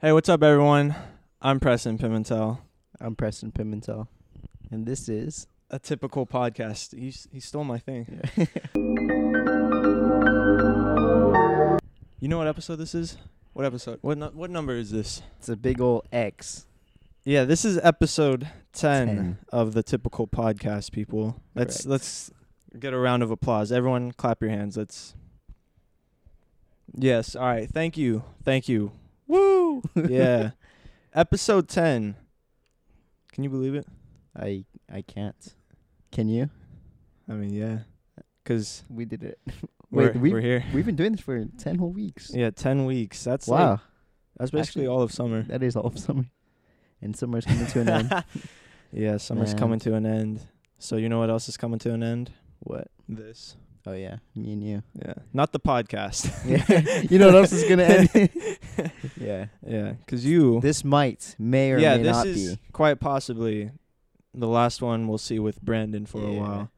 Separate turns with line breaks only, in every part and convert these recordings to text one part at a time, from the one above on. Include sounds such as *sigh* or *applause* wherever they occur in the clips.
Hey, what's up, everyone? I'm Preston Pimentel.
I'm Preston Pimentel, and
*laughs*
this is
A typical podcast. He s- he stole my thing. You know what episode this is? What episode? What nu- what number is this?
it's a big ol' X.
Yeah, this is episode 10,
10.
of the typical podcast. People, let's
Correct.
let's get a round of applause. Everyone, clap your hands. Let's. Yes. All right. Thank you. Thank
*laughs*
you.
Woo!
*laughs* Yeah. episode 10. Can you believe it?
I I can't. Can you?
I mean, yeah. Cause
We did it.
we're,
Wait, we-
we're
*laughs*
here.
We've been doing this for ten whole weeks.
Yeah, ten weeks. That's like-
wow,
that's basically
Actually-
all of summer.
that is all of summer, and summer's coming to an
*laughs*
end.
Yeah, summer's
Man.
coming to an end. So you know what else is coming to an end?
What?
This.
Oh yeah, me and
*laughs*
you.
Yeah. Not the podcast.
Yeah. you know what else is gonna end? yeah.
*laughs* yeah, because you.
This might may or
yeah,
may
this
not
is
be.
quite possibly the last one we'll see with Brandon for a
Yeah.
while.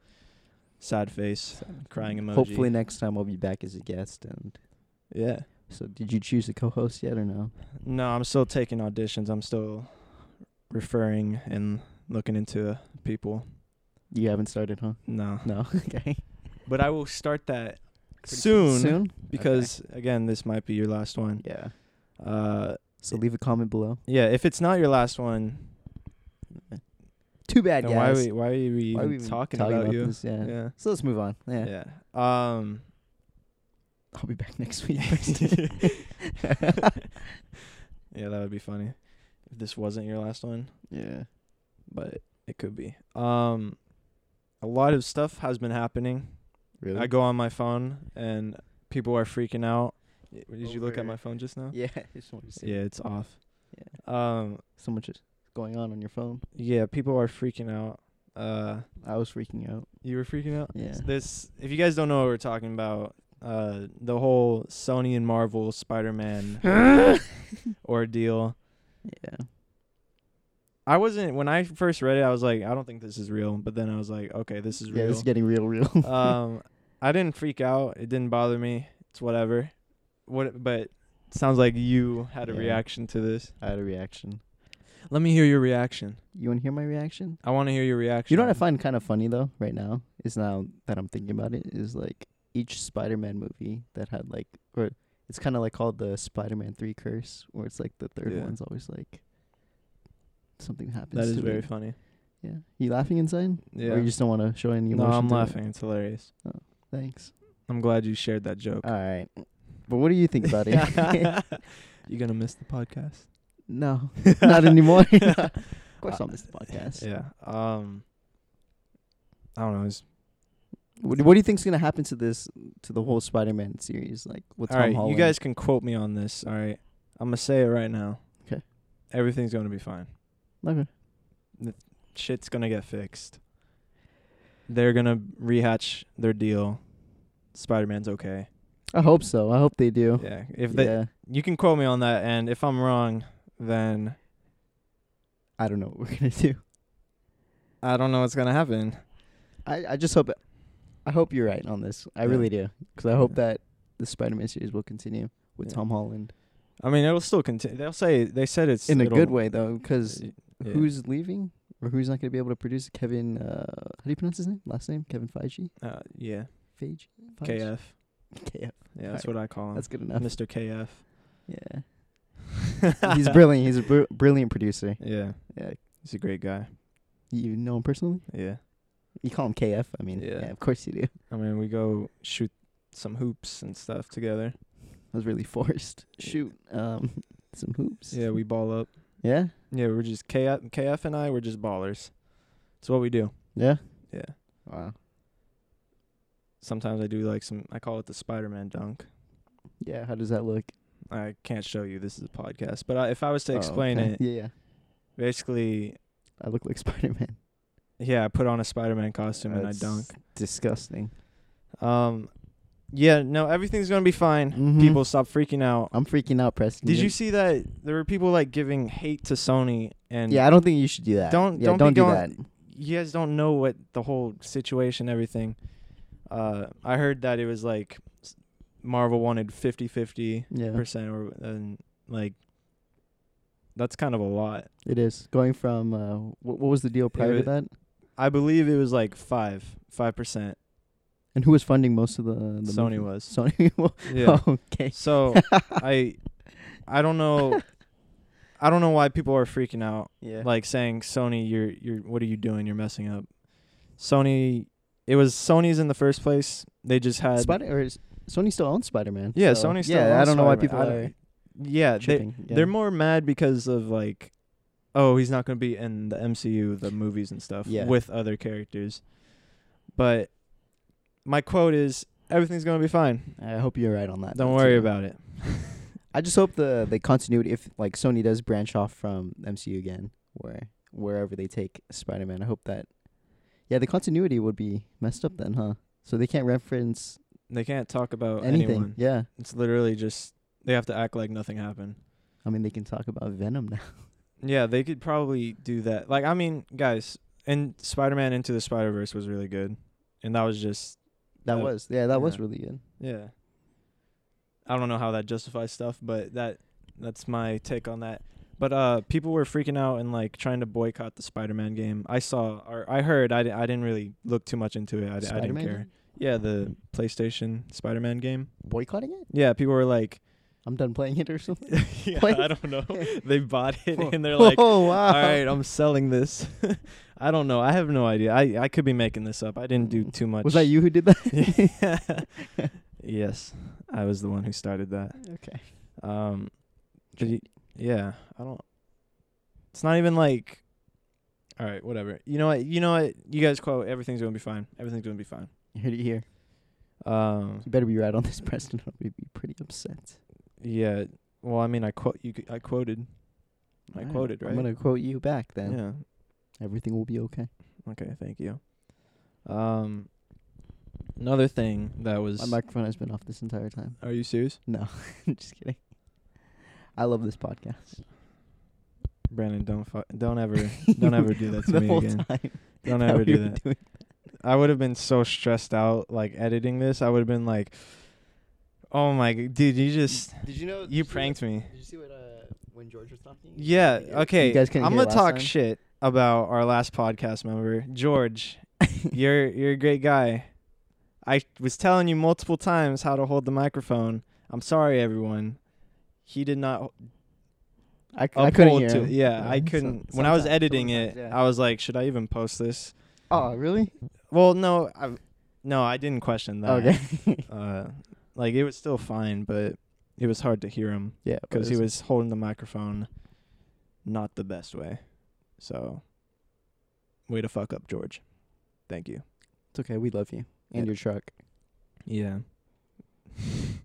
Sad face, crying emoji.
Hopefully next time I'll be back as a guest. And
Yeah.
so, did you choose a co-host yet or no?
No, I'm still taking auditions. I'm still referring and looking into people.
You haven't started, huh?
No.
No. *laughs* okay.
But I will start that soon,
Soon.
because again, this might be your last one.
Yeah.
Uh,
So leave a comment below.
yeah. If it's not your last one,
Too bad,
then
guys.
why are we why are we even,
Why are we
talking, about, you?
This? Yeah.
Yeah.
So let's move on. Yeah.
yeah, Um.
I'll be back *laughs*
*laughs*
next week.
Yeah, that would be funny if this wasn't your last one,
yeah.
but it could be. Um, a lot of stuff has been happening.
Really?
I go on my phone and people are freaking out. Did you look at
Over-
my phone just now?
yeah. *laughs* I just wanted to see.
Yeah, it's off.
Yeah.
Um.
So much is going on on your phone.
Yeah, people are freaking out. Uh.
I was freaking
*laughs*
out.
You were freaking out.
Yeah.
S- This, if you guys don't know what we're talking about, uh, the whole Sony and Marvel
*laughs*
Spider-Man ordeal.
Yeah.
I wasn't when I first read it. I was like, I don't think this is real. But then I was like, okay, this is
Yeah.
*laughs*
This
real.
is getting real, real.
um, I didn't freak out. It didn't bother me. It's whatever. What? But it sounds like you had a
Yeah.
reaction to this.
*laughs* I had a reaction.
Let me hear your reaction.
You want to hear my reaction?
I want to hear your reaction.
You know what I find kind of funny though, right now, is now that I'm thinking about it, is like each Spider-Man movie that had like, or it's kind of like called the Spider-Man Three Curse, where it's like the third
Yeah.
one's always like something happens.
That is
to
very
it.
funny.
Yeah, you laughing inside?
Yeah.
Or you just don't want to show any
no,
emotion?
I'm
to it?
laughing. It's hilarious.
Thanks.
I'm glad you shared that joke.
All right, but what do
*laughs*
you think about it? *laughs*
you gonna miss the podcast? *laughs*
no, *laughs* not anymore. of course, I'll miss the podcast.
Uh, Yeah. Um. I don't know. It's,
What, do- what do you think's gonna happen to this, to the whole Spider-Man series? Like, with
all
Tom
right,
Holland?
you guys can quote me on this. All right, I'm gonna say it right now.
'Kay.
Everything's gonna be fine.
Okay.
Shit's gonna get fixed. They're gonna rehatch their deal. Spider-Man's okay.
I hope so. I hope they do.
Yeah. If they,
yeah.
you can quote me on that, and if I'm wrong, then
I don't know what we're gonna do.
I don't know what's gonna happen.
I, I just hope I hope you're right on this. I
Yeah.
really do because I hope
Yeah.
that the Spider-Man series will continue with
Yeah.
Tom Holland
I mean, it'll still continue. They'll say they said it's
in a
it'll-
good way though, because
Yeah.
who's leaving or who's not gonna be able to produce it? Kevin? Uh, how do you pronounce his name? Last name? Kevin Feige?
Uh, yeah.
Feige? Feige? *laughs*
KF.
KF.
Yeah, that's
Alright.
what I call him.
That's good enough.
Mr. KF.
Yeah. *laughs* He's brilliant. He's a br- brilliant producer.
*laughs* Yeah,
Yeah.
he's a great guy.
You know him personally?
Yeah.
You call him KF? I mean,
Yeah.
yeah, of course you do. *laughs*
I
That
mean, we go shoot some hoops and stuff together.
was really forced.
Yeah.
Shoot. Um, *laughs* some hoops.
Yeah, we ball up.
Yeah.
Yeah, we're just KF, KF and I, we're just ballers. It's what we do.
Yeah.
Yeah.
Wow.
Sometimes I do like some, I call it the Spider Man dunk.
Yeah. How does that look?
I can't show you, this is a podcast. But I, if I was to
Oh,
explain
okay.
it,
Yeah, yeah.
basically,
I look like *laughs* Spider Man.
yeah, I put on a Spider Man costume and I dunk.
Disgusting.
Um, yeah, no, everything's going to be fine.
Mhm.
People stop freaking out.
I'm freaking out, Preston.
Did you see that there were people like giving hate to Sony and
Yeah, I don't think you should do that.
Don't-
yeah,
don't be
do
going-
that.
you guys don't know what the whole situation everything. Uh I heard that it was like s- Marvel wanted 50-50%
Yeah.
or and like that's kind of a lot.
It is going from uh, what, what was the deal prior
wa-
to that,
I believe it was like five, five percent.
and who was funding most of the, the
Sony
movie? *laughs* Oh
was.
Sony. wa-
Yeah.
*laughs* okay.
so I, I don't know. I don't know why people are freaking out,
*laughs* Yeah.
like saying Sony, you're you're what are you doing? You're messing up. Sony, it was Sony's in the first place. They just had
Spider Uh, or is, Sony still owns Spider Man.
yeah, Sony. Still
Yeah, I
owns
don't know why people
Spider-Man. I
are
don't- Yeah, they,
chipping. yeah.
they're more mad because of like, oh, he's not going to be in the MCU, the movies and stuff
Yeah.
with other characters. But my quote is, everything's going to be fine.
I hope you're right on that.
Don't
though,
worry
too.
about it.
I just hope the the continuity if like Sony does branch off from MCU again, where wherever they take Spider Man, I hope that yeah the continuity would be messed up then, huh? So they can't reference
They can't talk about
anything.
Oh, anyone.
Yeah,
It's literally just they have to act like nothing happened.
I mean they can talk about Venom now. *laughs*
Yeah, they could probably do that. Like, I mean, guys, and Spider-Man Into the Spider-Verse was really good, and that was just
That
Uh,
was yeah that was
yeah.
really good.
Yeah. I don't know how that justifies stuff, but that that's my take on that. But uh people were freaking out and like trying to boycott the Spider-Man game. I saw or I heard I, di- I didn't really look too much into it. I, di- I didn't
Spider-Man
care.
game?
Yeah, the PlayStation Spider-Man game.
boycotting it.
Yeah, people were like *laughs*
I'm done playing it or something.
yeah,
What?
I don't
*laughs*
know. they bought it
Whoa.
and they're like,
oh wow!
"All right, I'm selling this." *laughs* I don't know. I have no idea. I I could be making this up. I didn't do too much.
was that you
*laughs*
who did that?
yes. I was the one who started that.
okay.
Um, but y- yeah, I don't. It's not even like. All right, whatever. You know what? You know what? You guys quote everything's gonna be fine. Everything's gonna be fine.
You heard it *laughs* here.
Um,
You better be right on this, Preston. I'll be pretty upset.
yeah. Well, I mean, I quote you. c- I quoted. I
Alright,
quoted right.
I'm gonna quote you back then.
yeah.
Everything will be okay.
Okay. Thank you. Um, another thing that was.
My microphone has been off this entire time. *laughs*
are you serious?
No, just kidding. I love this podcast.
Brandon, don't fu- don't
*laughs*
ever, don't ever do that to
the
me
whole
again.
time.
Don't
that
ever
we
do
were
that.
doing-
I would have been so stressed out like editing this. I would have been like, "Oh my g- dude, you just
Did you know?
you pranked me."
Did you see what uh, when George was talking?
Yeah. Okay.
You guys couldn't
I'm
hear
gonna
last
talk
time?
shit about our last podcast member, George.
*laughs*
you're you're a great guy. I was telling you multiple times how to hold the microphone. I'm sorry, everyone. He did not
I, c- I couldn't
uphold
hear.
to.
him.
Yeah, I
so-
couldn't. when I was
sometimes-
editing it,
sometimes, yeah.
I was like, should I even post this?
oh really?
Well, no, I, no, I didn't question that.
Okay. *laughs*
uh, like it was still fine, but it was hard to hear him
yeah, it
because he was holding the microphone not the best way. So, way to fuck up, George. Thank you.
It's okay. We love you and
Yeah. *laughs*
your truck.
Yeah. *laughs*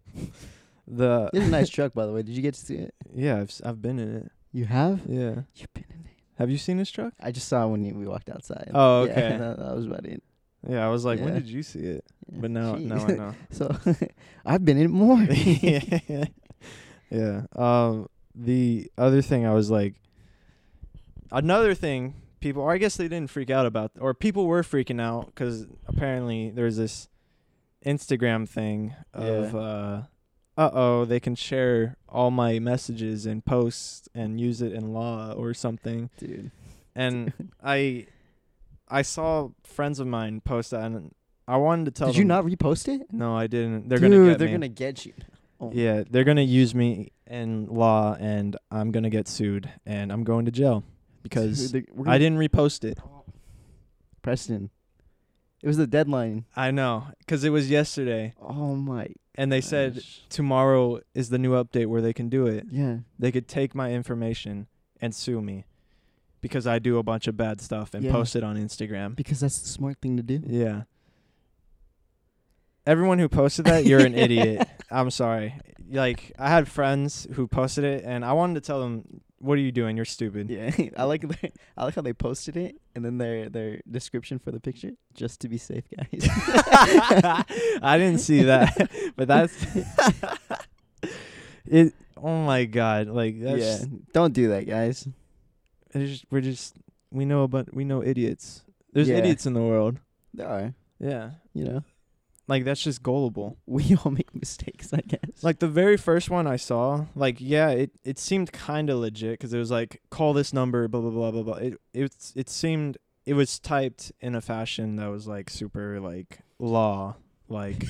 the
It's a nice truck, by the way. Did you get to see it?
yeah, I've s- I've been in it.
You have?
Yeah.
You've been in it.
Have you seen his truck?
I just saw when you- we walked outside.
Oh,
Yeah,
okay.
*laughs* that, that was about it.
Yeah, I was like, when
Yeah.
did you see it?
Yeah,
But now,
gee.
now I know.
*laughs* So I've been in it more.
*laughs* yeah. Um the other thing I was like another thing people or I guess they didn't freak out about or people were freaking out cuz apparently there's this Instagram thing of
Yeah.
uh uh-oh, they can share all my messages and posts and use it in law or something.
Dude.
And
*laughs*
I I saw friends of mine post that and I wanted to tell
Did you
them-
not repost it?
No, I didn't. They're
Dude,
going to get
they're
me.
gonna get you. Oh my-
Yeah, they're gonna use me in law, and I'm gonna get sued, and I'm going to jail because
Dude, they're- we're
I
gonna-
didn't repost it.
Preston. It was the deadline.
I know, cause it was yesterday,
Oh my.
and they said
gosh.
tomorrow is the new update where they can do it.
Yeah.
They could take my information and sue me because I do a bunch of bad stuff and
Yeah.
post it on Instagram.
Because that's the smart thing to do.
*laughs* Yeah. Everyone who posted that, you're *laughs* an idiot. I'm sorry. Like I had friends who posted it, and I wanted to tell them, "What are you doing? You're stupid."
*laughs* Yeah. I like the, I like how they posted it and then their their description for the picture just to be safe, guys.
*laughs* I didn't see that, *laughs* but that's it. Oh my god! Like that's
yeah. Don't do that, guys.
it's just- we're just we know about we know idiots. There's
Yeah.
idiots in the world.
There are,
Yeah,
you know.
Like that's just gullible.
We all make mistakes, I guess.
*laughs*
*laughs*
Like the very first one I saw, like yeah, it it seemed kind of legit because it was like call this number, blah blah blah blah blah. It it it seemed it was typed in a fashion that was like super like law *laughs* like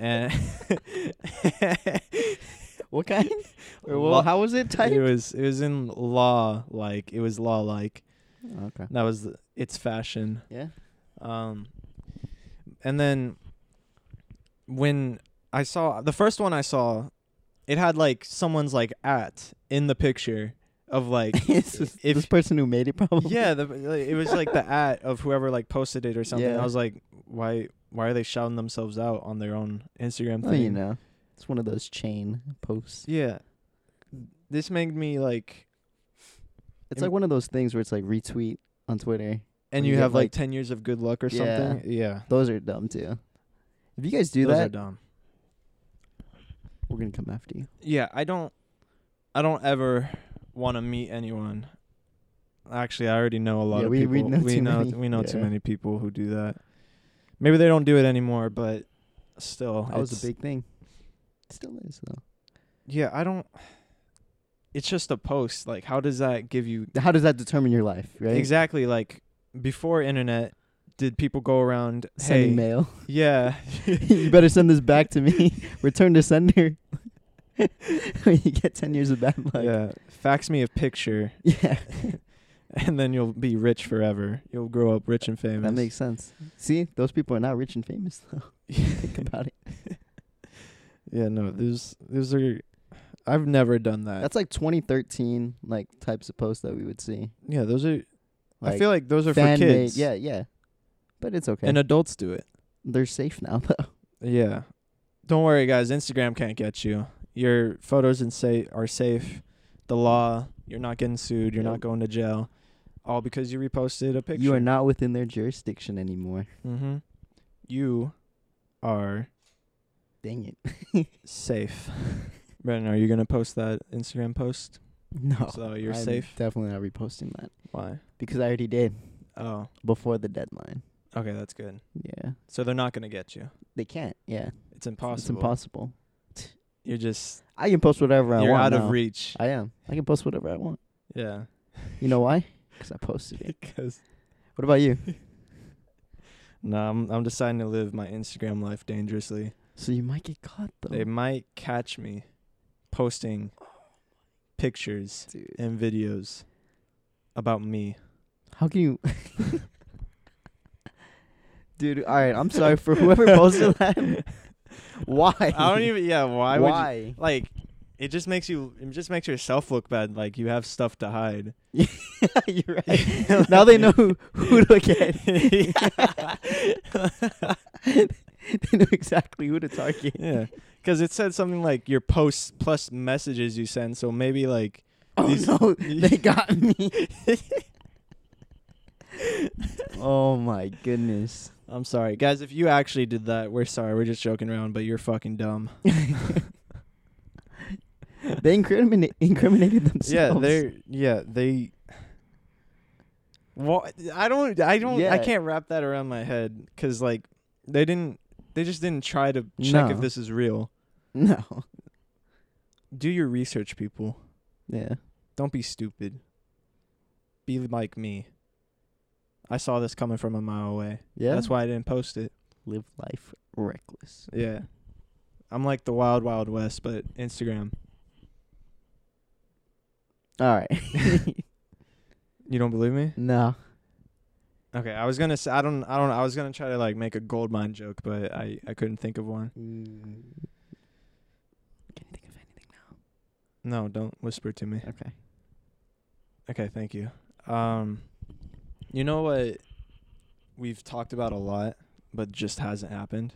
and
what kind? Or well,
Lo-
how was it
it
typed?
was it was in law like it was law like
Oh, okay.
that was the, its fashion
Yeah.
Um, and then when I saw the first one I saw, it had like someone's like at in the picture of
*laughs*
like
It's just
if-
this person who made it probably.
yeah, the, like, it was like the at of whoever like posted it or something.
Yeah.
I was like, why why are they shouting themselves out on their own Instagram
Well,
thing?
you know, it's one of those chain posts.
Yeah, this made me like,
It's
Im-
like one of those things where it's like retweet on Twitter.
and
When
you,
you get,
have like,
like-
ten years of good luck or
Yeah.
something. Yeah,
Those are dumb too. If you guys do
those are
that,
dumb.
we're gonna come after you.
yeah i don't i don't ever want to meet anyone actually i already know a lot
Yeah,
of
we-
people
we know too
know
many.
we know too
Yeah.
many people who do that maybe they don't do it anymore but still
That was
it's-
a big thing. Still is though.
yeah i don't it's just a post like how does that give you
How does that determine your life, right?
exactly like before internet did people go around
Sending
hey
mail.
*laughs*
*laughs*
yeah
you better send this back to
*laughs*
me. Return to sender. *laughs* you get ten years of bad luck.
yeah fax me a picture
*laughs* Yeah.
and then you'll be rich forever you'll grow up rich and famous
That makes sense. See, those people are not rich and famous *laughs* though.
*laughs*
Think about it.
Yeah, no, there's there's are I've never done that.
That's like 2013 like types of posts that we would see.
yeah, those are
Like
I feel like those are for
fan made-
kids.
Yeah, yeah. But it's okay.
And adults do it.
They're safe now *laughs* though.
Yeah. Don't worry guys, Instagram can't get you. Your photos and say are safe. The law, you're not getting sued, you're not
Yep.
going to jail. All because you reposted a picture.
You are not within their jurisdiction anymore.
mm-hmm. You are
Dang it. *laughs*
*laughs* safe. Brennan, are you gonna post that Instagram post?
No.
So you're
I'm
safe?
Definitely not reposting that
Oh, Why?
because I already did
Oh.
before the deadline.
Okay, that's good.
Yeah.
So they're not gonna get you.
They can't. Yeah.
It's impossible.
It's impossible.
You're just
I can post whatever I
you're
want.
out
now.
of reach.
I am. I can post whatever I want.
Yeah.
You know why? Because I
*laughs*
posted it.
Because
What about you?
no, I'm I'm deciding to live my Instagram life dangerously.
So you might get caught though.
They might catch me posting pictures
Dude.
and videos about me.
How can you? *laughs* Dude, all right. I'm sorry for whoever *laughs* posted that. Why?
I
*laughs*
don't even. Yeah, why, would
Why? *laughs*
you, like? It just makes you. It just makes yourself look bad. Like you have stuff to hide.
You're
*laughs*
right. now they know who, who to look at. *laughs* they know exactly who to target.
*laughs*
*laughs*
Yeah, because it said something like your posts plus messages you send. So maybe like
Oh
These- *laughs*
no, they got me. oh my goodness.
*laughs* I'm sorry, guys. If you actually did that, we're sorry. We're just joking around, but you're fucking dumb.
They incriminate, incriminated *laughs*
yeah,
themselves.
they're yeah they. Well, I don't, I don't, I
Yeah.
can't wrap that around my head because like they didn't, they just didn't try to check if
No.
this is real.
No.
Do your research, people.
Yeah.
Don't be stupid. Be like me. I saw this coming from a mile away.
Yeah.
That's why I didn't post it.
live life reckless.
Yeah. I'm like the wild, wild west, but Instagram. *laughs*
All right.
You don't believe me?
*laughs* no.
Okay, I was gonna say I don't I don't I was gonna try to like make a gold mine joke, but I I couldn't think of one.
Can you Mm. think of anything now?
No, don't whisper to me.
Okay.
Okay, thank you. Um, you know what we've talked about a lot, but just hasn't happened.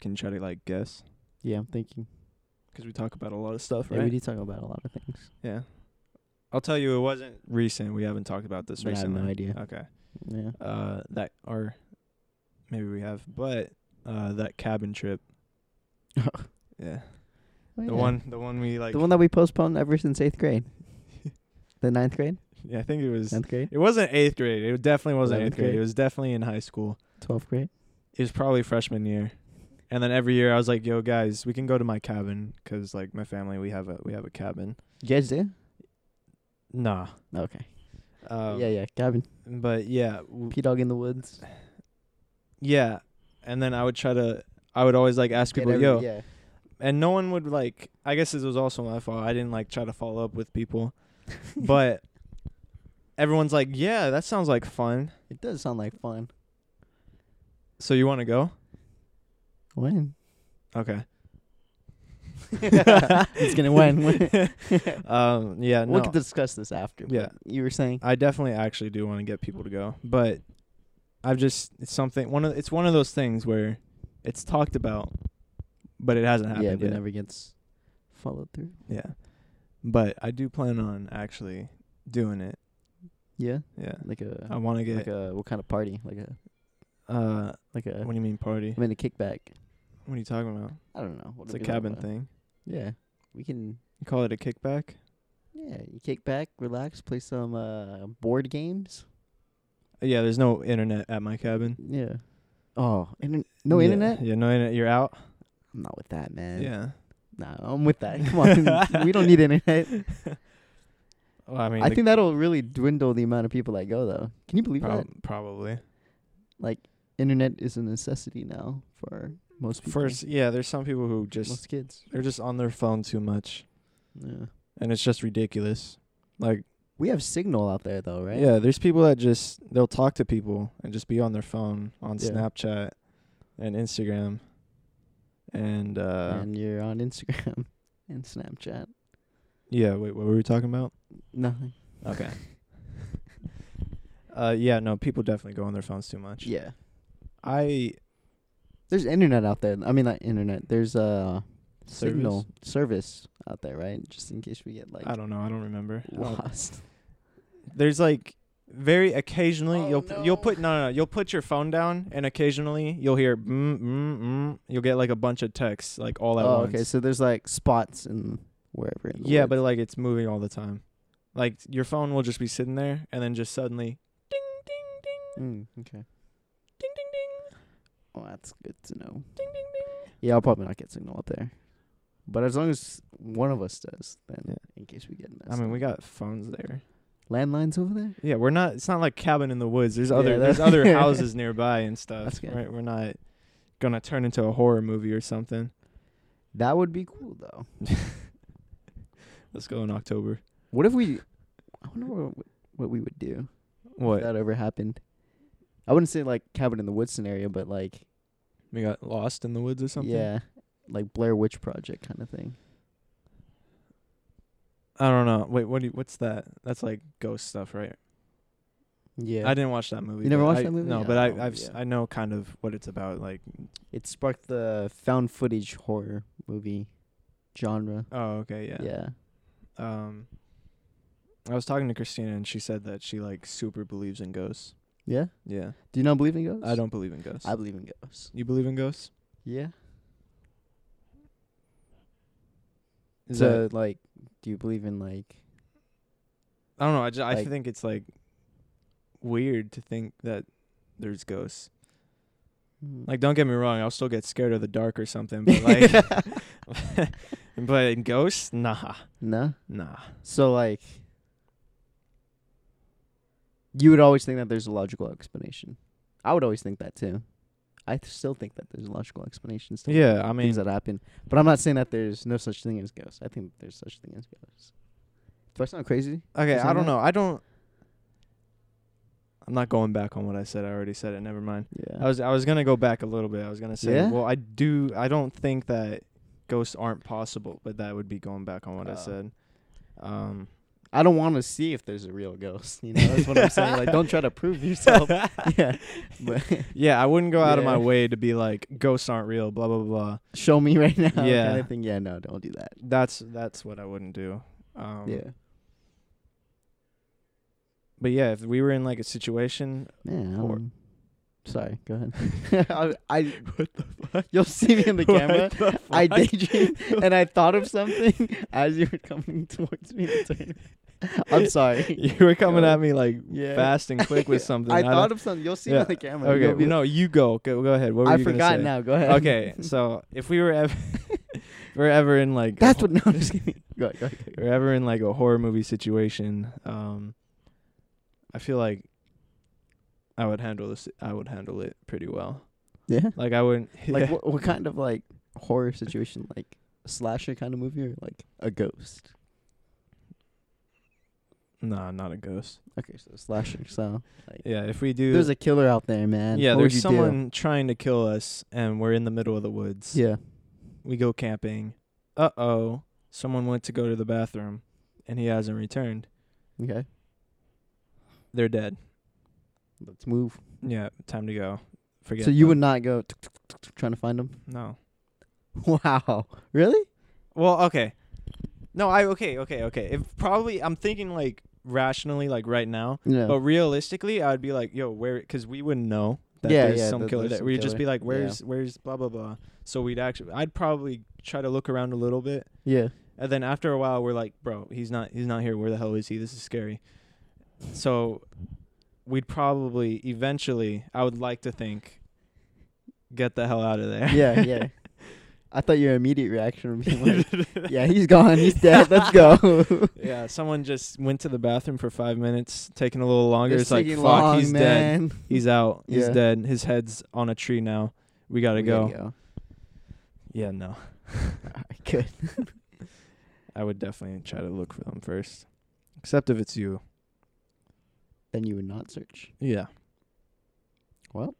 Can you try to like guess?
Yeah, I'm thinking.
Because we talk about a lot of stuff,
Yeah, we
right?
do talk about a lot of things.
Yeah. I'll tell you, it wasn't recent. We haven't talked about this
But I have
recently.
no idea.
Okay.
Yeah.
Uh, that or maybe we have, but uh, that cabin
*laughs*
trip. Yeah.
Oh,
The
yeah.
one, the one we like.
the one that we postponed ever since eighth
*laughs*
grade. the ninth grade,
yeah, I think it was.
tenth grade,
It wasn't eighth grade. It definitely wasn't eighth
Eleventh
grade.
grade?
It was definitely in high school.
twelfth grade.
It was probably freshman year, and then every year I was like, "Yo, guys, we can go to my cabin because like my family we have a we have a cabin."
You guys do?
Nah.
Okay.
Um,
yeah, yeah. Gavin,
But yeah, w-
P Dog in the woods.
yeah, and then I would try to. I would always like ask
Get
people,
every-
"Yo,"
Yeah.
and no one would like. I guess this was also my fault. I didn't like try to follow up with
*laughs*
people, but everyone's like, "Yeah, that sounds like fun."
It does sound like fun.
So you want to go?
When?
Okay.
*laughs* it's gonna win. *laughs*
Um. Yeah.
We'll
*laughs* no.
get to discuss this after. but
Yeah.
You were saying.
I definitely actually do want to get people to go, but I've just it's something one of it's one of those things where it's talked about, but it hasn't
yeah,
happened
but
yet.
never gets followed through.
yeah, but I do plan on actually doing it.
Yeah.
Yeah,
Like a.
I want to get
like a what kind of party? Like a
uh.
like a.
What do you mean party?
I mean a kickback.
What are you talking about?
I don't know. What
It's
do
a
we talk
cabin
about?
thing.
Yeah. We can.
You call it a kickback?
Yeah. You kick back, relax, play some uh board games.
Uh, Yeah, there's no internet at my cabin.
Yeah. Oh, inter- no
Yeah, *laughs*
internet.
Yeah, no internet. You're out.
I'm not with that, man.
Yeah.
Nah, I'm with that. Come
*laughs*
on. we don't need internet.
Well, I mean,
I
the-
think that'll really dwindle the amount of people that go though. Can you believe that?
prob- probably.
Like internet is a necessity now for most people.
First, yeah, there's some people who just
most kids.
they're just on their phone too much,
Yeah.
and it's just ridiculous. Like,
We have signal out there though, right?
yeah, there's people that just they'll talk to people and just be on their phone on
Yeah.
Snapchat and Instagram, and uh,
and you're on Instagram *laughs* and Snapchat.
yeah. Wait, what were we talking about?
Nothing.
Okay. uh, yeah, no, people definitely go on their phones too much.
Yeah.
I
There's internet out there. I mean not internet. There's uh
Service?
signal service out there, right? Just in case we get like
I don't know. I don't remember. I don't-
*laughs* lost.
there's like very occasionally
Oh,
you'll p- you'll
no.
put no, no no you'll put your phone down and occasionally you'll hear mm mm mm you'll get like a bunch of texts like all at
Oh,
once.
okay. So there's like spots in wherever. In the
yeah,
woods.
but like it's moving all the time. Like your phone will just be sitting there and then just suddenly ding ding ding
Mm, okay.
ding ding ding
Well, that's good to know.
ding ding ding.
Yeah, I'll probably not get signal up there. But as long as one of us does, then
Yeah.
in case we get
I
missed.
mean, we got phones there.
landlines over there.
Yeah, we're not. It's not like cabin in the woods. There's other
Yeah, *laughs*
there's
that's-
other houses nearby and stuff.
That's good.
Right, we're not gonna turn into a horror movie or something.
That would be cool though.
Let's go in October.
What if we? I wonder what, what we would do if
What
that ever happened. I wouldn't say like cabin in the woods scenario, but like
we got lost in the woods or something?
yeah, like Blair Witch Project kind of thing.
I don't know. Wait, what? Do you, what's that? That's like ghost stuff, right?
Yeah,
I didn't watch that movie.
You never
but
watched
I-
that movie?
No,
Yeah,
but I,
oh,
I've s-
yeah.
I know kind of what it's about. Like,
it sparked the found footage horror movie genre.
oh, okay, yeah.
yeah.
Um, I was talking to Christina and she said that she like super believes in ghosts.
Yeah?
Yeah,
Do you not believe in ghosts?
I don't believe in ghosts.
I believe in ghosts.
you believe in ghosts?
Yeah.
Is
so
that-
like, do you believe in like?
I don't know. I just I
like-
think it's like weird to think that there's ghosts. Like, *laughs* don't get me wrong. I'll still get scared of the dark or something. But
*laughs*
like, *laughs* but ghosts? Nah,
no.
nah.
So like, you would always think that there's a logical explanation. I would always think that too. I th- still think that there's a logical explanation to
Yeah, I mean,
things that happen, but I'm not saying that there's no such thing as ghosts. I think there's such thing as ghosts. Do I sound crazy?
Okay,
Is
I
that
don't
it?
know. I don't. I'm not going back on what I said. I already said it. Never mind.
Yeah.
I was I was gonna go back a little bit. I was gonna say,
Yeah?
well, I do. I don't think that ghosts aren't possible, but that would be going back on what
Oh.
I said. Um,
I don't want to see if there's a real ghost. You know, that's what I'm saying. Like, don't try to prove
*laughs*
yourself. *laughs* yeah, but *laughs*
yeah, I wouldn't go out of my
Yeah.
way to be like ghosts aren't real. Blah blah blah.
show me right now.
Yeah.
kind of thing. Yeah, no, don't do that.
That's that's what I wouldn't do. Um,
yeah,
But yeah, if we were in like a situation,
man. I
or-
don't- sorry, go ahead. *laughs* I, I *laughs* what the
*laughs*
fuck? You'll see me in *laughs* the
What
camera.
*laughs* the
I
fuck? *laughs*
*laughs* daydream, and I thought of something as you were coming towards me. To turn. *laughs*
*laughs*
I'm sorry.
you were coming at me like
Yeah.
fast and quick
*laughs*
with something.
I,
don't-
thought of something. You'll see me
Yeah,
on the camera. You'll
Okay,
be-
no, you go. Go, go ahead. What were
I
you gonna
forgot
say?
now. Go ahead.
Okay, so if we were *laughs* ever, we're ever in like
*laughs* That's what. No, I'm
*laughs*
just kidding. Go ahead. Go ahead.
we're ever in like a horror movie situation, um, I feel like I would handle this. I would handle it pretty well.
Yeah.
Like I wouldn't.
*laughs*
*laughs*
Like what, what kind of like horror situation? Like slasher kind of movie or like a ghost?
No, not a ghost.
Okay, so slasher. So
Yeah, if we do,
there's a killer out there, man.
yeah,
What would
there's
you do?
someone trying to kill us, and we're in the middle of the woods.
Yeah.
We go camping. Uh oh, someone went to go to the bathroom, and he hasn't returned.
Okay.
They're dead.
Let's move.
Yeah, time to go. Forget.
so you
them.
would not go tuk, tuk, tuk, tuk, trying to find him? *laughs*
no.
Wow. Really?
Well, okay. No, I okay, okay, okay. If probably I'm thinking like rationally, like right now,
Yeah.
but realistically, I'd be like, yo, where? Because we wouldn't know that
Yeah,
there's
yeah,
some
that
killer.
there's
That
some
we'd just
killer.
be like,
Yeah.
where's, where's, blah blah blah. So we'd actually, I'd probably try to look around a little bit,
yeah.
and then after a while, we're like, bro, he's not, he's not here. Where the hell is he? This is scary. So, we'd probably eventually, I would like to think, get the hell out of there. *laughs*
Yeah. Yeah. *laughs* I thought your immediate reaction would be like, "Yeah, he's gone. He's dead.
*laughs*
Let's go."
Yeah, someone just went to the bathroom for five minutes, taking a little longer. It's, like,
taking
fuck,
long,
he's dead.
man.
He's out. He's
Yeah.
dead. His head's on a tree now. We gotta
We
go.
gotta go. *laughs*
Yeah, no.
Alright, good.
I would definitely try to look for them first. Except if it's you.
Then you would not search.
Yeah.
Well.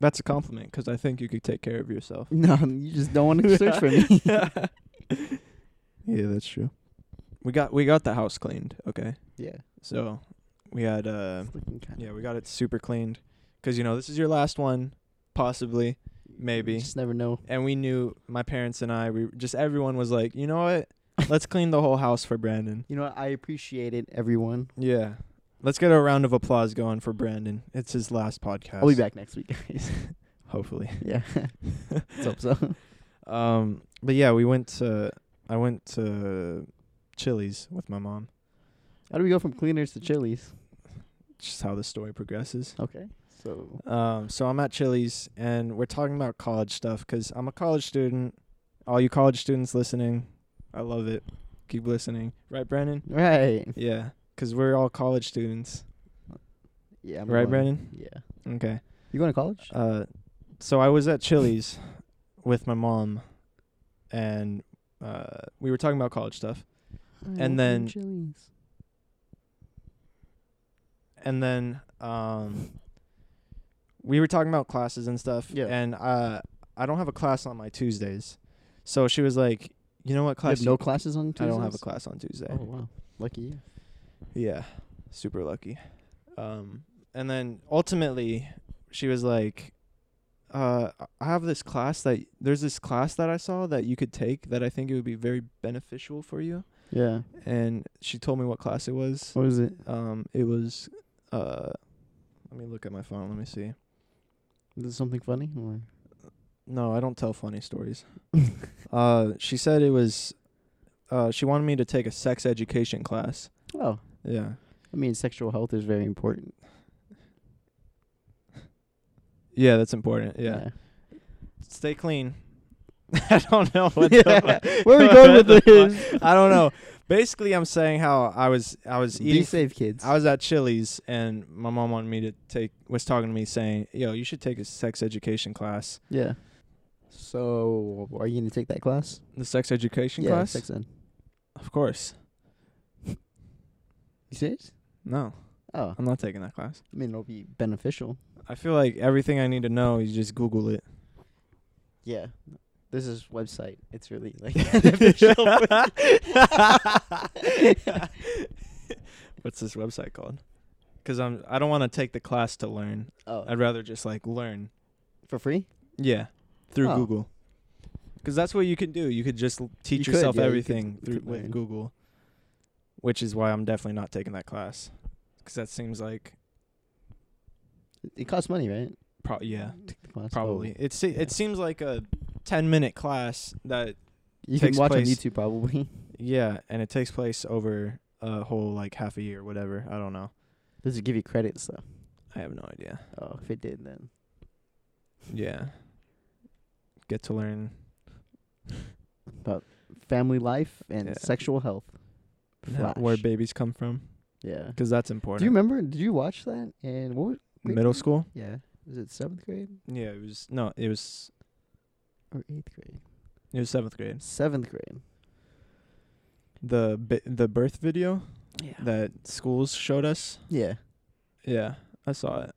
That's a compliment because I think you could take care of yourself.
*laughs* No, you just don't want to search for me.
*laughs* yeah, that's true. We got we got the house cleaned, okay?
*laughs* Yeah.
So we had uh
it's looking kinda-
Yeah, we got it super cleaned because you know this is your last one, possibly,
You
maybe.
just never know.
And we knew my parents and I. We just everyone was like, you know what? Let's clean the whole house for Brandon.
You know, what? I appreciate it, everyone.
Yeah, let's get a round of applause going for Brandon. It's his last podcast.
I'll be back next week, *laughs*
*laughs*
guys.
hopefully. *laughs*
yeah. Let's hope so. *laughs*
Um, but yeah, we went to I went to Chili's with my mom.
How do we go from cleaners to chilies?
Just how the story progresses.
Okay.
*laughs*
So
Um, so I'm at Chili's and we're talking about college stuff 'cause I'm a college student. All you college students listening, I love it. Keep listening, right, Brandon?
right.
Yeah, 'cause we're all college students,
Yeah. I'm
right,
going-
Brandon?
Yeah.
Okay.
You going to college?
Uh, so I was at Chili's with my mom, and uh, we were talking about college stuff, and then-
chilies.
and then um, we were talking about classes and stuff.
Yeah.
And uh, I don't have a class on my Tuesdays, so she was like, "You know what
You
class?
E. have no classes on
I
Tuesdays.
don't have a class on Tuesday.
Oh wow. Lucky you.
Yeah, super lucky. Um, and then ultimately, she was like, uh, "I have this class that there's this class that I saw that you could take that I think it would be very beneficial for you."
Yeah.
And she told me what class it was.
What is it?
Um, it was, uh, let me look at my phone. Let me see.
Is it something funny or?
No, I don't tell funny
*laughs*
stories. uh, she said it was. Uh, she wanted me to take a sex education class.
Oh,
Yeah.
I mean, sexual health is very important.
Yeah, that's important. yeah.
*laughs*
stay clean. *laughs* I don't know what. the
Yeah.
fuck-
*laughs* Where are we going
what
with
the fuck?
this?
I don't know. Basically, I'm saying how I was I was
Be
eating.
safe, kids.
I was at Chili's and my mom wanted me to take was talking to me saying, "Yo, you should take a sex education class."
yeah. So, are you gonna take that class?
The sex education
yeah,
class?
sex ed.
Of course.
You serious?
No,
Oh,
I'm not taking that class.
I mean, it'll be beneficial.
I feel like everything I need to know, you just Google it.
Yeah. This is website. It's really *laughs* like
What's this website called? Because I'm I don't want to take the class to learn.
oh,
I'd rather just like learn.
for free?
Yeah, through
Oh.
Google. Because that's what you can do. You could just l- teach
could,
yourself
yeah, you could-
everything
you
through
could
with
learn.
Google, which is why I'm definitely not taking that class. Because that seems like,
It costs money, right?
pro- yeah,
Take the class. Oh,
probably. It se-
yeah.
it seems like a ten minute class that
You can
takes
watch on
place-
YouTube probably. *laughs*
yeah, and it takes place over a whole like half a year, whatever. I don't know.
Does it give you credits though?
I have no idea.
Oh, if it did, then
Yeah. Get to learn
family life and
Yeah.
sexual health.
how- where
Flash.
babies come from
yeah.
because that's
Do you
important.
remember? Did you watch that? And what? Was, remember-
Middle
*laughs*
school?
yeah, was it seventh grade
Yeah, it was no, it was
or eighth grade?
it was seventh grade.
Seventh grade.
The bi- the birth video
Yeah.
that schools showed us.
yeah.
Yeah, I saw it.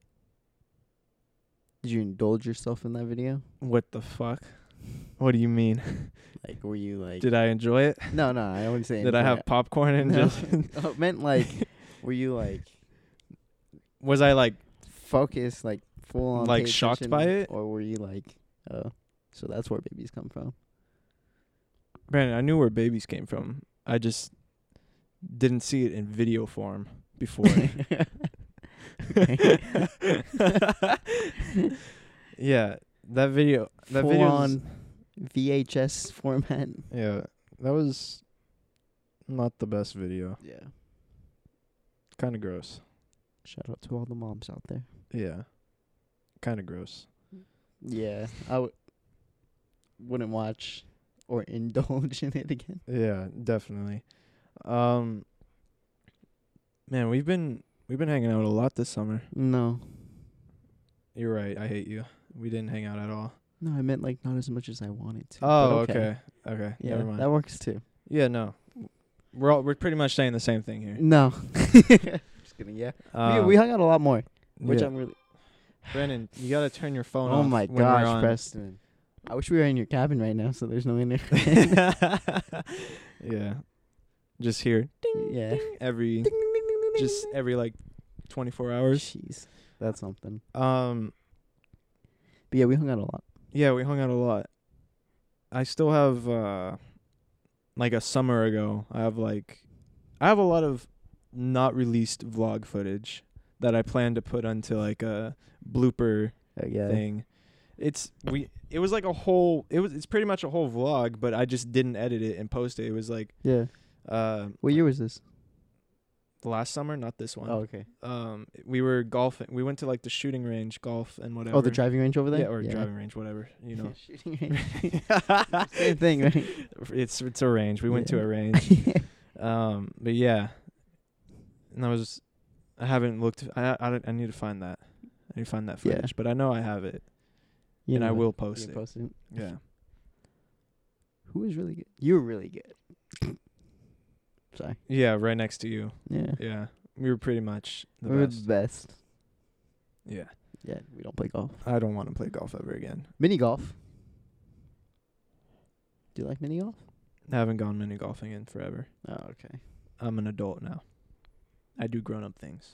Did you indulge yourself in that video?
What the fuck? What do you mean?
Like, were you like?
Did I enjoy it?
no, no, I wasn't saying.
Did I
*laughs*
have popcorn and *laughs*
No.
just
oh, it meant
*laughs*
like, were you like
was I like
focused, like full on,
Like,
pay
shocked by
attention,
it?
or were you like, oh, so that's where babies come from?
Brandon, I knew where babies came from. I just didn't see it in video form *laughs* before.
*laughs*
yeah, that video. That
full
video.
on VHS format.
Yeah, that was not the best video.
Yeah.
Kind of gross.
Shout out to all the moms out there.
Yeah, kind of gross.
Yeah, I w- wouldn't watch or *laughs* indulge in it again.
Yeah, definitely. Um, man, we've been we've been hanging out a lot this summer.
No,
You're right. I hate you. We didn't hang out at all.
no, I meant like not as much as I wanted to. but
Oh, okay. Okay.
Yeah,
Never mind.
that works too.
yeah, no. We're all we're pretty much saying the same thing here.
No, *laughs* Uh, just kidding. Yeah, we, we
Um,
hung out a lot more, which
yeah.
I'm really.
Brennan, you gotta turn your phone
oh
off.
my
when we're
gosh,
on.
Preston! I wish we were in your cabin right now, so there's
*laughs*
no internet.
yeah, just here
yeah,
every just every like twenty four hours.
jeez, that's something.
Um,
But yeah, we hung out a lot.
yeah, we hung out a lot. I still have uh, like a summer ago. I have like, I have a lot of not released vlog footage that I plan to put onto like a blooper
Uh, yeah,
thing. It's we. It was like a whole. It was. It's pretty much a whole vlog, but I just didn't edit it and post it. It was like
yeah.
uh,
What year was this?
last summer, not this one.
Oh, okay.
Um, we were golfing. We went to like the shooting range, golf, and whatever.
Oh, the driving range over there.
Yeah, or driving range, whatever.
*laughs*
You know.
shooting
*laughs*
range. Same thing, right?
It's it's a range. We went
Yeah.
to a range.
*laughs*
Um, but yeah, and I was, I haven't looked. I I, don't- I need to find that. I need to find that
Yeah.
footage, but I know I have it,
You
and I
know,
will
you
post it.
post it.
Yeah.
Who was really good? You were really good. *coughs* Sorry.
Yeah, right next to you.
Yeah.
Yeah, we were pretty much the
we were
best.
the best.
Yeah,
Yeah, we don't play golf.
I don't want to play golf ever again.
Mini golf. Do you like mini golf?
I haven't gone mini golfing in forever.
Oh, okay.
I'm an adult now. I do grown up things.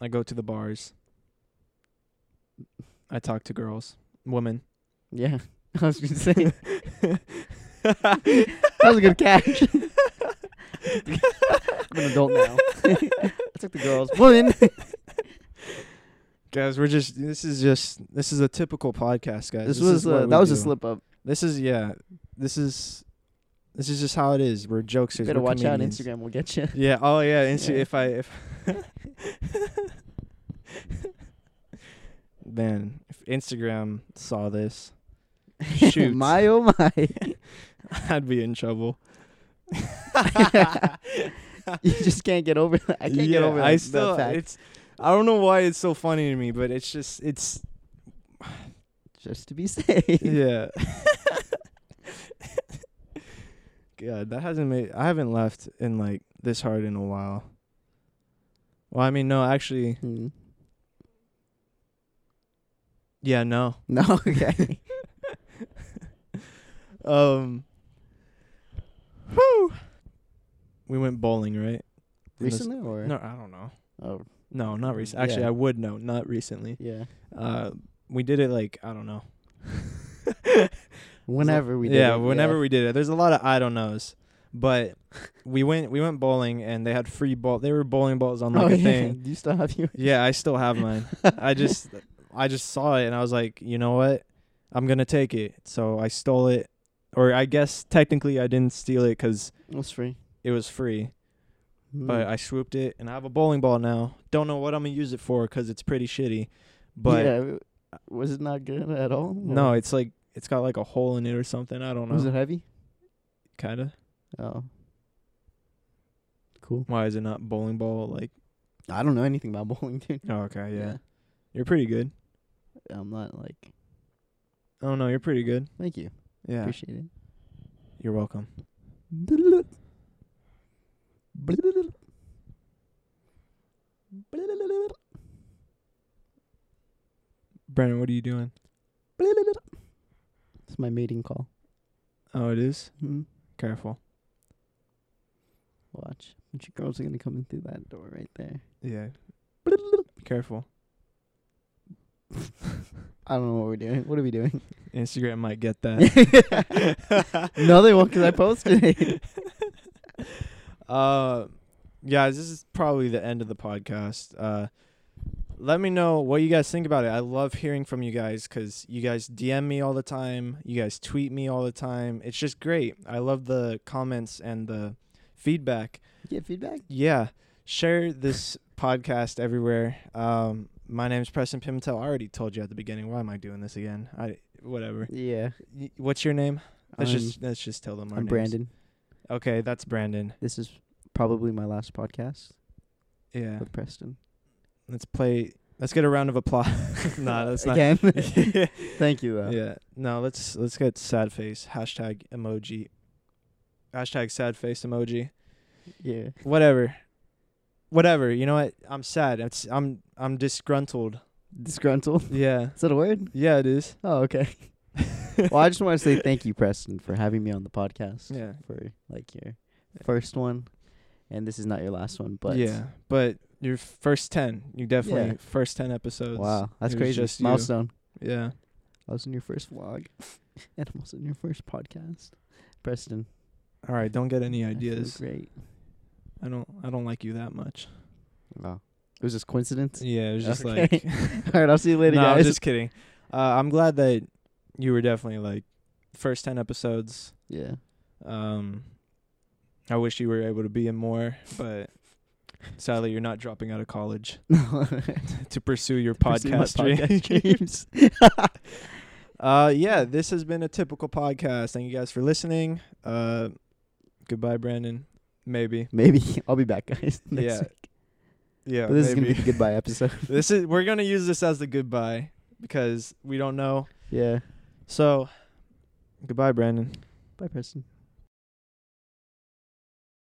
I go to the bars. I talk to girls, women.
Yeah. *laughs* I was gonna
*laughs*
say that was a good catch. I'm an adult now. I took the girls. Woman.
*laughs* Guys, we're just this is just this is a typical podcast, guys.
This,
is
was
what
uh,
we
that was a
do.
slip up.
This is yeah. This is this is just how it is. We're jokesters.
You better
we're
watch out.
comedians.
Instagram will get you.
Yeah. Oh yeah. Insta-
Yeah.
If I if *laughs* man, if Instagram saw
*laughs*
this, Shoot.
my oh my.
*laughs*
*laughs*
I'd be in trouble.
you just can't get over that. I can't get over that.
I
that
still.
fact.
It's. I don't know why it's so funny to me, but it's just it's
just to be safe. *laughs*
yeah. God, that hasn't made. I haven't left in like this hard in a while. Well, I mean, no, actually,
Mm.
yeah, no.
No, *laughs*
*laughs*
okay.
Um. Whew. We went bowling, right? In this-
Recently or
No, I don't know.
Oh,
No, not recently. Actually,
Yeah.
I would know. Not recently.
yeah.
Uh, we did it like I don't know.
Whenever we did
yeah,
it,
whenever
yeah.
we did it. There's a lot of I don't knows, but
*laughs*
we went we went bowling and they had free ball. They were bowling balls on like
oh,
a
yeah. *laughs*
thing.
Do you still have you?
Yeah, I still have mine.
*laughs*
I just I just saw it and I was like, you know what? I'm gonna take it. So I stole it, or I guess technically I didn't steal it because
It was free. Hmm.
it was free.
Mm.
but I swooped it and I have a bowling ball now. Don't know what I'm gonna use it for because it's pretty shitty. But
yeah, w- was it not good at all?
no,
Or
it's like it's got like a hole in it or something. I don't
was
know.
it heavy?
Kinda.
Oh, cool.
Why is it not bowling ball? Like
I don't know anything about *laughs* bowling, dude.
oh, okay, yeah. You're pretty good.
Yeah. I'm not like.
Oh no, you're pretty good.
Thank you,
Yeah,
appreciate it.
you're welcome. Brandon, what are you doing?
It's my mating call.
Oh, it is.
Hmm.
Careful.
Watch, a bunch of girls are gonna come in through that door right there.
Yeah. Careful.
I don't know what we're doing. What are
*laughs*
we doing?
Instagram might get that.
*laughs* no, they won't because I posted it.
*laughs* Uh, guys, this is probably the end of the podcast. Uh, let me know what you guys think about it. I love hearing from you guys because you guys DM me all the time. You guys tweet me all the time. It's just great. I love the comments and the feedback.
Get feedback.
Yeah, share this podcast everywhere. Um, my name's Preston Pimentel. I already told you at the beginning. Why am I doing this again? I whatever.
Yeah,
Y- What's your name? Let's
I'm,
just let's just tell them. Our
I'm
names.
Brandon.
Okay, that's Brandon.
This is probably my last podcast
Yeah.
with Preston.
Let's play. Let's get a round of applause. *laughs*
*laughs*
nah, that's *laughs* not.
Again, thank you. Though.
yeah. No, let's let's get sad face hashtag emoji. Hashtag sad face emoji.
yeah.
Whatever. Whatever. You know what? I'm sad. It's, I'm I'm disgruntled.
Disgruntled. *laughs*
Yeah.
Is that a word?
Yeah, it
*laughs*
is.
Oh,
*laughs*
okay. well, I just want to say thank you, Preston, for having me on the podcast.
Yeah.
For like your first one, and this is not your last one, but
yeah, but your first ten. You definitely
Yeah.
first ten episodes.
Wow, that's
it was
crazy.
just you.
Milestone.
Yeah.
I was in your first vlog, *laughs* and I was in your first podcast. Preston,
All right. Don't get any
I feel
*laughs* ideas.
Great.
I don't. I don't like you that much.
Wow. It was just coincidence.
Yeah. It was just
Okay.
*laughs* like.
*laughs* All right, I'll see you later,
no, I'm
guys.
just kidding. Uh, I'm glad that you were definitely like first ten episodes.
*laughs* yeah. *laughs*
Um, I wish you were able to be in more, but sadly, you're not dropping out of college *laughs*
*laughs*
to pursue your
Pursue my
podcast dream. *laughs*
podcast dreams. *laughs*
Uh, yeah, this has been a typical podcast. Thank you guys for listening. Uh, goodbye, Brandon. Maybe.
Maybe I'll be back, guys. Next
Yeah,
week.
Yeah,
But *laughs* this is gonna
maybe.
be the goodbye episode.
*laughs* this is we're gonna use this as the goodbye because we don't know.
yeah.
So, goodbye, Brandon.
Bye, Preston.